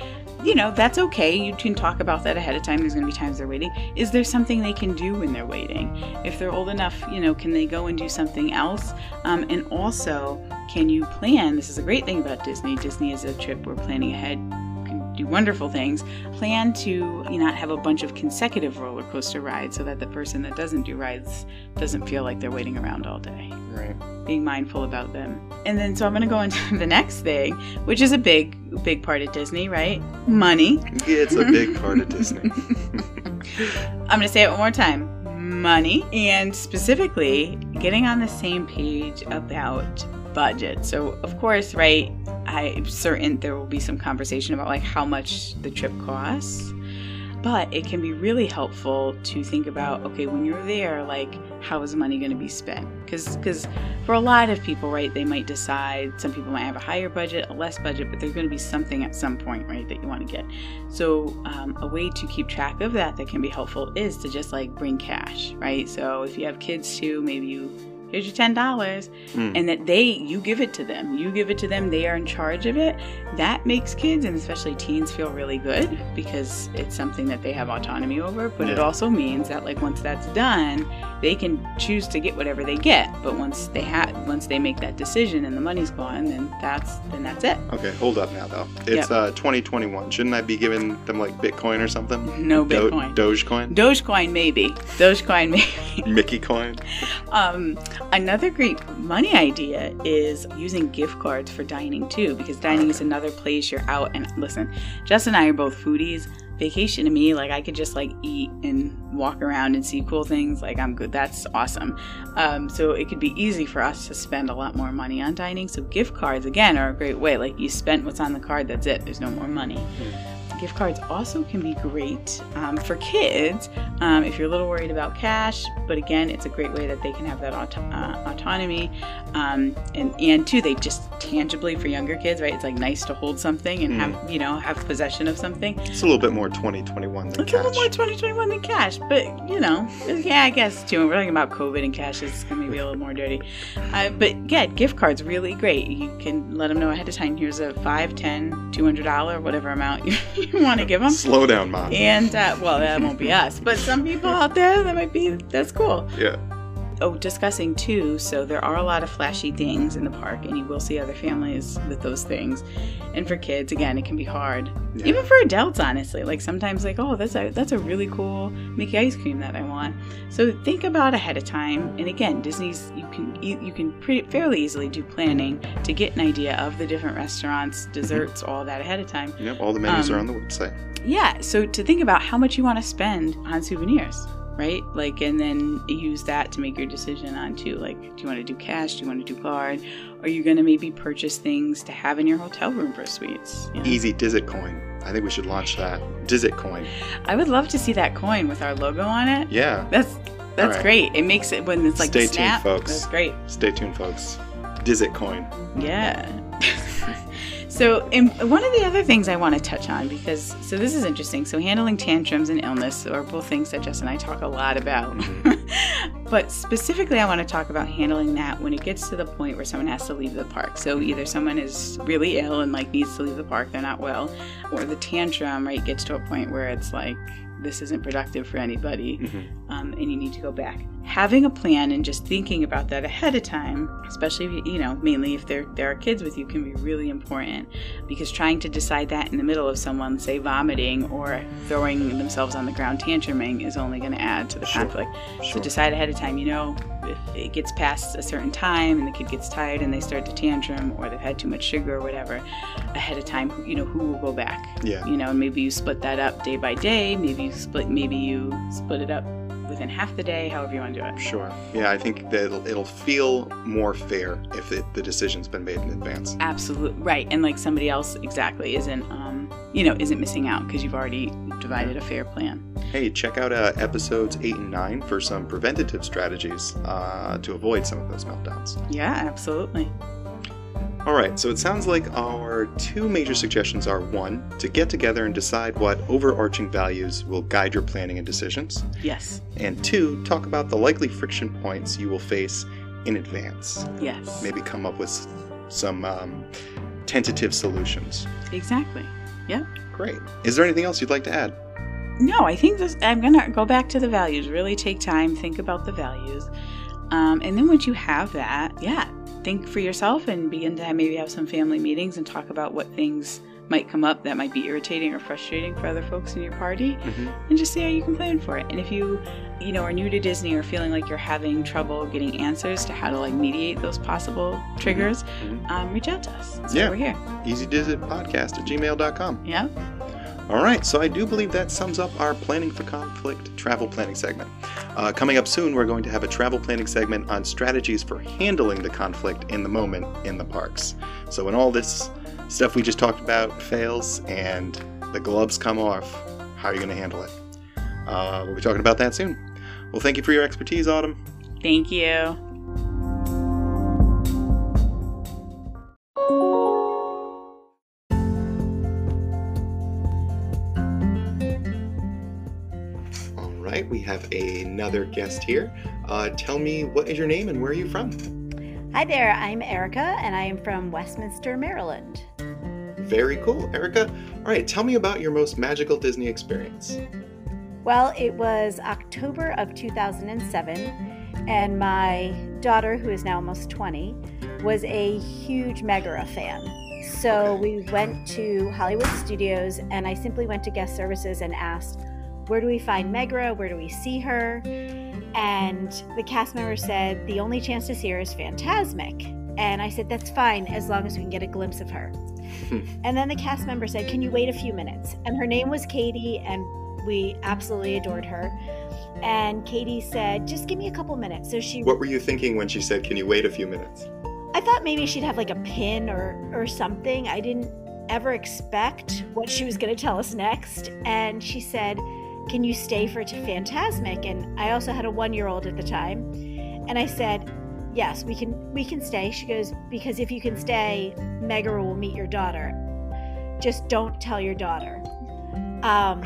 B: you know that's okay you can talk about that ahead of time there's going to be times they're waiting is there something they can do when they're waiting if they're old enough you know can they go and do something else um, and also can you plan? This is a great thing about Disney. Disney is a trip we're planning ahead. Can do wonderful things. Plan to not have a bunch of consecutive roller coaster rides, so that the person that doesn't do rides doesn't feel like they're waiting around all day.
A: right.
B: Being mindful about them. And then, so I'm going to go into the next thing, which is a big, big part of Disney, right? Money.
A: Yeah, it's a big part of Disney.
B: I'm going to say it one more time money, and specifically getting on the same page about budget. So, of course, right, I'm certain there will be some conversation about like how much the trip costs, but it can be really helpful to think about okay, when you're there, like how is money going to be spent? Because because for a lot of people, right, they might decide some people might have a higher budget, a less budget, but there's going to be something at some point, right, that you want to get. So, um, a way to keep track of that that can be helpful is to just like bring cash, right? So, if you have kids too, maybe you here's your ten dollars,
A: Mm.
B: and that they you give it to them, you give it to them, they are in charge of it. That makes kids and especially teens feel really good because it's something that they have autonomy over. But it
A: Yeah.
B: also means that like once that's done, they can choose to get whatever they get. But once they have once they make that decision and the money's gone, then that's then that's it.
A: Okay, hold up now though. It's uh, 2021. Shouldn't I be giving them like Bitcoin or something?
B: No
A: Do-
B: Bitcoin.
A: Dogecoin?
B: Dogecoin maybe. Dogecoin maybe.
A: Mickey coin?
B: Um, another great money idea is using gift cards for dining too, because dining is another place you're out and listen. Justin and I are both foodies. Vacation to me, like I could just like eat and walk around and see cool things. Like I'm good. That's awesome. Um, so it could be easy for us to spend a lot more money on dining. So gift cards again are a great way. Like you spent what's on the card. That's it. There's no more money. Gift cards also can be great um, for kids um, if you're a little worried about cash. But again, it's a great way that they can have that auto- uh, autonomy, um, and and too, they just tangibly for younger kids, right? It's like nice to hold something and have you know have possession of something.
A: It's a little bit more 2021 than
B: It's a
A: cash.
B: little more 2021 than cash, but you know, yeah, I guess too. We're talking about COVID and cash is going to be a little more dirty. Uh, but yeah, gift cards really great. You can let them know ahead of time. Here's a five, ten, two hundred dollar, whatever amount you, you want to give them.
A: Slow down, mom.
B: And uh, well, that won't be us, but some people out there that might be. That's cool.
A: Yeah.
B: Oh, discussing too. So there are a lot of flashy things in the park, and you will see other families with those things. And for kids, again, it can be hard.
A: Yeah.
B: Even for adults, honestly. Like sometimes, like oh, that's a that's a really cool Mickey ice cream that I want. So think about ahead of time. And again, Disney's you can you, you can pretty fairly easily do planning to get an idea of the different restaurants, desserts, all that ahead of time.
A: Yep, all the menus
B: Um,
A: are on the website.
B: Yeah, so to think about how much you want to spend on souvenirs, right? Like, and then use that to make your decision on too. Like, do you want to do cash? Do you want to do card? Are you going to maybe purchase things to have in your hotel room for suites? you know?
A: Easy Dizit coin. I think we should launch that Dizit coin.
B: I would love to see that coin with our logo on it.
A: Yeah.
B: That's that's
A: Alright.
B: great. It makes it when it's like
A: Stay tuned,
B: snap.
A: folks.
B: That's great.
A: Stay tuned, folks. Dizit coin.
B: Yeah. so, and one of the other things I want to touch on because so this is interesting. So, handling tantrums and illness are both things that Jess and I talk a lot about.
A: Mm-hmm.
B: but specifically, I want to talk about handling that when it gets to the point where someone has to leave the park. So, either someone is really ill and like needs to leave the park, they're not well, or the tantrum right gets to a point where it's like this isn't productive for anybody
A: Mhm.
B: um, and you need to go back. Having a plan and just thinking about that ahead of time, especially if you, you know, mainly if there there are kids with you, can be really important because trying to decide that in the middle of someone, say, vomiting or throwing themselves on the ground tantruming, is only going to add to the
A: Sure.
B: conflict. So
A: Sure.
B: decide ahead of time. You know, if it gets past a certain time and the kid gets tired and they start to tantrum or they've had too much sugar or whatever, ahead of time, you know who will go back
A: Yeah.
B: you know and maybe you split that up day by day maybe you split maybe you split it up within half the day however you want to do it
A: Sure. Yeah, I think that it'll, it'll feel more fair if it, the decision's been made in advance.
B: absolutely right and like somebody else exactly isn't um you know isn't missing out because you've already divided a fair plan
A: Hey, check out uh, episodes 8 and 9 for some preventative strategies uh, to avoid some of those meltdowns.
B: yeah absolutely
A: All right, so it sounds like our two major suggestions are one, to get together and decide what overarching values will guide your planning and decisions,
B: yes
A: and two, talk about the likely friction points you will face in advance.
B: yes
A: Maybe come up with s- some um, tentative solutions.
B: exactly
A: Great. Is there anything else you'd like to add?
B: no i think this i'm gonna go back to the values really take time think about the values um, and then once you have that yeah think for yourself and begin to have, maybe have some family meetings and talk about what things might come up that might be irritating or frustrating for other folks in your party and just see how you can plan for it and if you you know are new to disney or feeling like you're having trouble getting answers to how to like mediate those possible triggers
A: Mhm.
B: um, reach out to us That's why
A: Yeah.
B: we're here
A: EasyDizitPodcast at gmail.com.
B: yeah
A: All right, so I do believe that sums up our Planning for Conflict travel planning segment. Uh, coming up soon, we're going to have a travel planning segment on strategies for handling the conflict in the moment in the parks. So when all this stuff we just talked about fails and the gloves come off, how are you going to handle it? Uh, we'll be talking about that soon. Well, thank you for your expertise, Autumn.
B: thank you
A: All right, we have another guest here. Uh, tell me, what is your name and where are you from?
C: Hi there, I'm Erica and I am from Westminster, Maryland.
A: Very cool, Erica. All right, tell me about your most magical Disney experience.
C: Well, it was October of 2007, and my daughter, who is now almost 20, was a huge Megara fan. So
A: Okay.
C: we went to Hollywood Studios, and I simply went to guest services and asked, Where do we find Megara? Where do we see her? And the cast member said, The only chance to see her is Fantasmic. And I said, That's fine, as long as we can get a glimpse of her.
A: Hmm.
C: and then the cast member said, Can you wait a few minutes? And her name was Katie, and we absolutely adored her. And Katie said, Just give me a couple minutes. So she
A: What were you thinking when she said, "Can you wait a few minutes"?
C: I thought maybe she'd have like a pin or or something. I didn't ever expect what she was going to tell us next, and she said, "Can you stay for to Fantasmic?" And I also had a 1-year-old at the time, and I said, "Yes, we can we can stay." She goes, "Because if you can stay, Megara will meet your daughter. Just don't tell your daughter." Um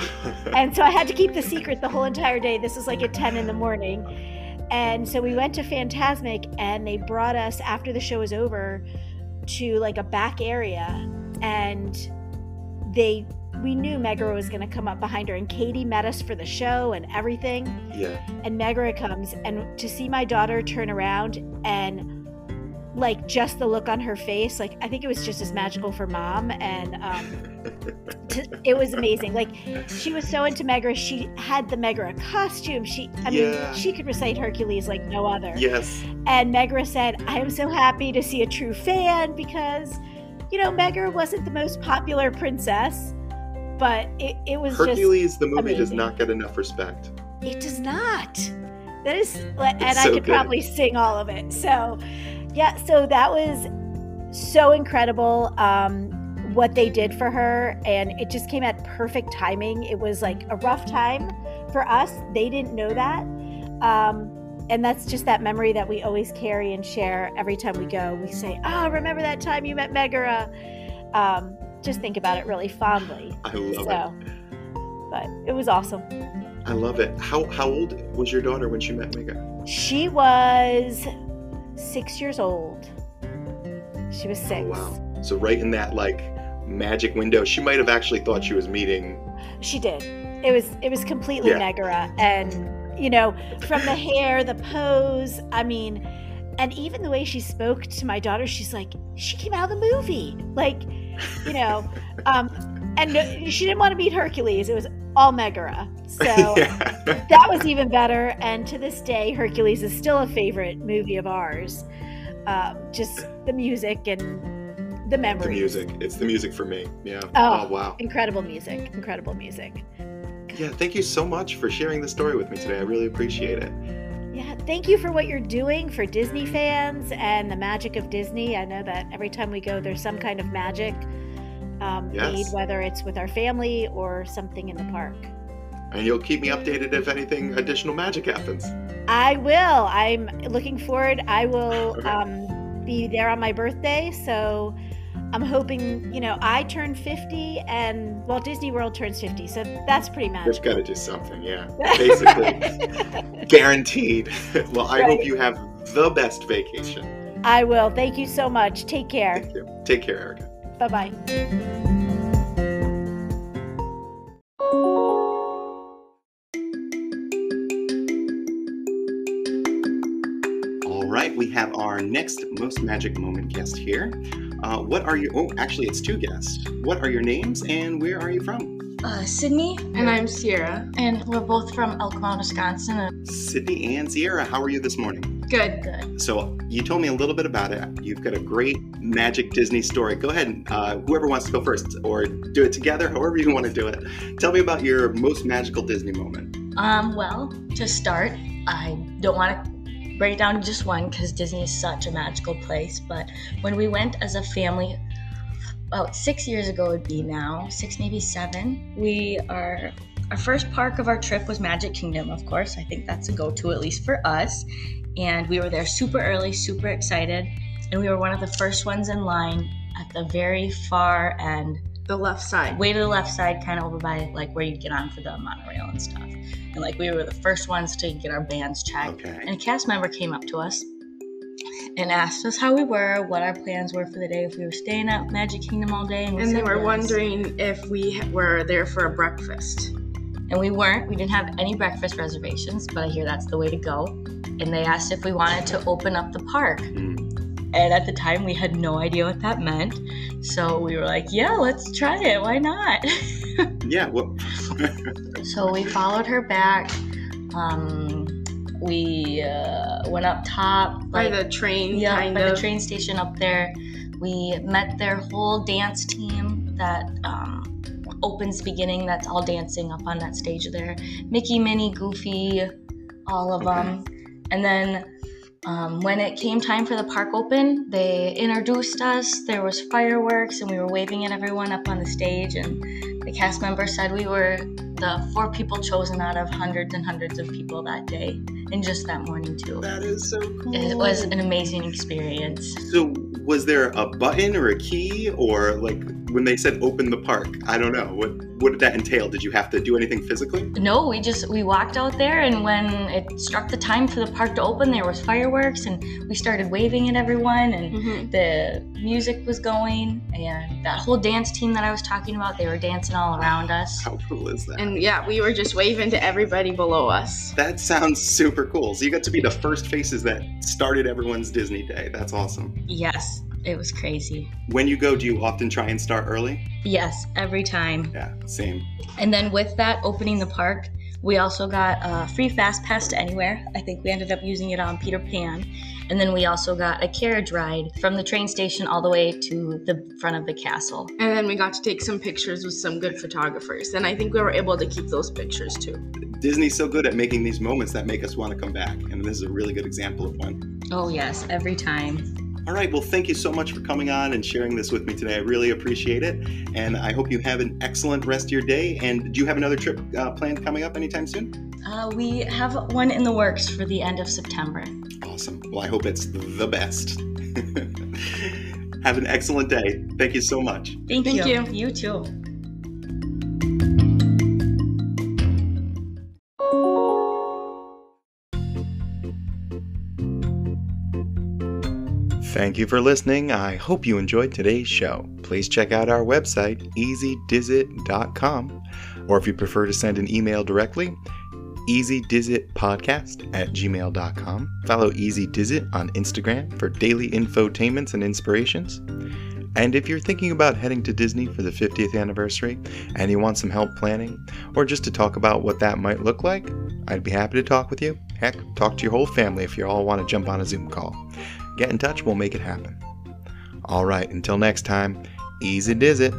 C: and so I had to keep the secret the whole entire day. This was like at 10 in the morning. And so we went to Fantasmic, and they brought us after the show was over to like a back area, and they we knew Megara was going to come up behind her, and Katie met us for the show and everything
A: yeah.
C: and Megara comes and to see my daughter turn around and like just the look on her face like I think it was just as magical for mom and um t- it was amazing like she was so into Megara she had the Megara costume she I
A: Yeah.
C: mean she could recite Hercules like no other
A: Yes.
C: and Megara said I am so happy to see a true fan because you know Megara wasn't the most popular princess but it, it was just
A: Hercules, the movie, does
C: amazing.
A: not get enough respect.
C: it does not. That is, uh, and
A: so
C: I could
A: good.
C: probably sing all of it. So, yeah, so that was so incredible. Um, what they did for her, and it just came at perfect timing. It was like a rough time for us. They didn't know that. Um, and that's just that memory that we always carry and share every time we go. We say, Oh, remember that time you met Megara? Um, just think about it really fondly.
A: I love
C: So, but it was awesome.
A: it. I love it. How how old was your daughter when she met Mega?
C: She was six years old. She was
A: Oh,
C: six.
A: wow. So right in that like magic window, she might have actually thought she was meeting.
C: She did. It was it was completely
A: Yeah.
C: Megara, and you know, from the hair, the pose. I mean, and even the way she spoke to my daughter, she's like, she came out of the movie, like, you know, um, and she didn't want to meet Hercules. It was all Megara. So.
A: yeah.
C: that was even better. And to this day, Hercules is still a favorite movie of ours. Um, just the music and the memories.
A: the music. It's the music for me. Yeah.
C: um, Oh.
A: wow.
C: Incredible music. Incredible music.
A: Yeah. Thank you so much for sharing the story with me today. I really appreciate it.
C: Yeah. Thank you for what you're doing for Disney fans and the magic of Disney. I know that every time we go, there's some kind of magic um,
A: Yes.
C: made, whether it's with our family or something in the park.
A: And you'll keep me updated if anything additional magic happens.
C: I will. I'm looking forward. I will
A: Okay.
C: um, be there on my birthday. So I'm hoping, you know, I turn 50 and Walt Disney World turns 50. So that's pretty
A: We've
C: magical.
A: got to do something. Yeah. Basically, guaranteed. well, I hope
C: Right.
A: you have the best vacation.
C: I will. Thank you so much. Take care.
A: Thank you. Take care, Erica.
C: Bye bye.
A: All right, we have our next most magic moment guest here. Uh, what are you? Oh, actually, it's two guests. What are your names and where are you from?
D: Uh, Sydney, and I'm Sierra, and we're both from Elkmont, Wisconsin. and-
A: Sydney and Sierra, how are you this morning?
D: Good, good.
A: So you told me a little bit about it. You've got a great magic Disney story. Go ahead, and, uh, whoever wants to go first, or do it together, however you want to do it. Tell me about your most magical Disney moment.
D: Um, well, to start, I don't want to break down just one because Disney is such a magical place. But when we went as a family, about six years ago would be now, six maybe seven. We are our first park of our trip was Magic Kingdom, of course. I think that's a go-to at least for us. And we were there super early, super excited, and we were one of the first ones in line at the very far end
E: The left side.
D: way to the left side, kind of over by like where you get on for the monorail and stuff. And like we were the first ones to get our bands checked.
A: Okay.
D: And a cast member came up to us and asked us how we were, what our plans were for the day, if we were staying at Magic Kingdom all day. And, we
E: And they
D: said
E: were
D: yes.
E: wondering if we ha- were there for a breakfast.
D: And we weren't. We didn't have any breakfast reservations, but I hear that's the way to go. And they asked if we wanted to open up the park.
A: Mm.
D: And at the time, we had no idea what that meant. So we were like, yeah, let's try it. Why not?
A: Yeah. Well,
D: So we followed her back. Um, we uh, went up top,
E: By
D: like-
E: the train,
D: yeah,
E: kind
D: by
E: of.
D: the train station up there. We met their whole dance team that um, opens beginning. That's all dancing up on that stage there. Mickey, Minnie, Goofy, all of them. And then um, when it came time for the park open, they introduced us. There was fireworks, and we were waving at everyone up on the stage. And the cast member said we were the four people chosen out of hundreds and hundreds of people that day, and just that morning too.
A: that is so cool.
D: It was an amazing experience.
A: So, was there a button or a key, or like when they said open the park? I don't know. What what did that entail? Did you have to do anything physically?
D: No, we just we walked out there, and when it struck the time for the park to open, there was fireworks, and we started waving at everyone, and
E: Mhm.
D: the music was going, and that whole dance team that I was talking about, they were dancing all around us.
A: How cool is that?
E: And yeah, we were just waving to everybody below us.
A: that sounds super cool. So you got to be the first faces that started everyone's Disney day. That's awesome.
D: Yes, it was crazy.
A: When you go, do you often try and start early?
D: Yes, every time.
A: Yeah, same.
D: And then with that opening the park, we also got a free fast pass to anywhere. I think we ended up using it on Peter Pan. And then we also got a carriage ride from the train station all the way to the front of the castle.
E: And then we got to take some pictures with some good photographers. And I think we were able to keep those pictures too.
A: Disney's so good at making these moments that make us want to come back, and this is a really good example of one.
D: Oh, yes, every time.
A: All All right, well, thank you so much for coming on and sharing this with me today. I really appreciate it. And I hope you have an excellent rest of your day. And do you have another trip uh, planned coming up anytime soon?
D: Uh, we have one in the works for the end of September.
A: Awesome. Well, I hope it's the best. have an excellent day. Thank you so much.
D: Thank,
E: Thank
D: you. You too.
A: Thank you for listening. I hope you enjoyed today's show. Please check out our website, easydizit.com, or if you prefer to send an email directly, easydizitpodcast at gmail.com. Follow Easy Dizit on Instagram for daily infotainments and inspirations. And if you're thinking about heading to Disney for the 50th anniversary and you want some help planning, or just to talk about what that might look like, I'd be happy to talk with you. Heck, talk to your whole family if you all want to jump on a Zoom call get in touch, we'll make it happen. All right, until next time, easy diz it.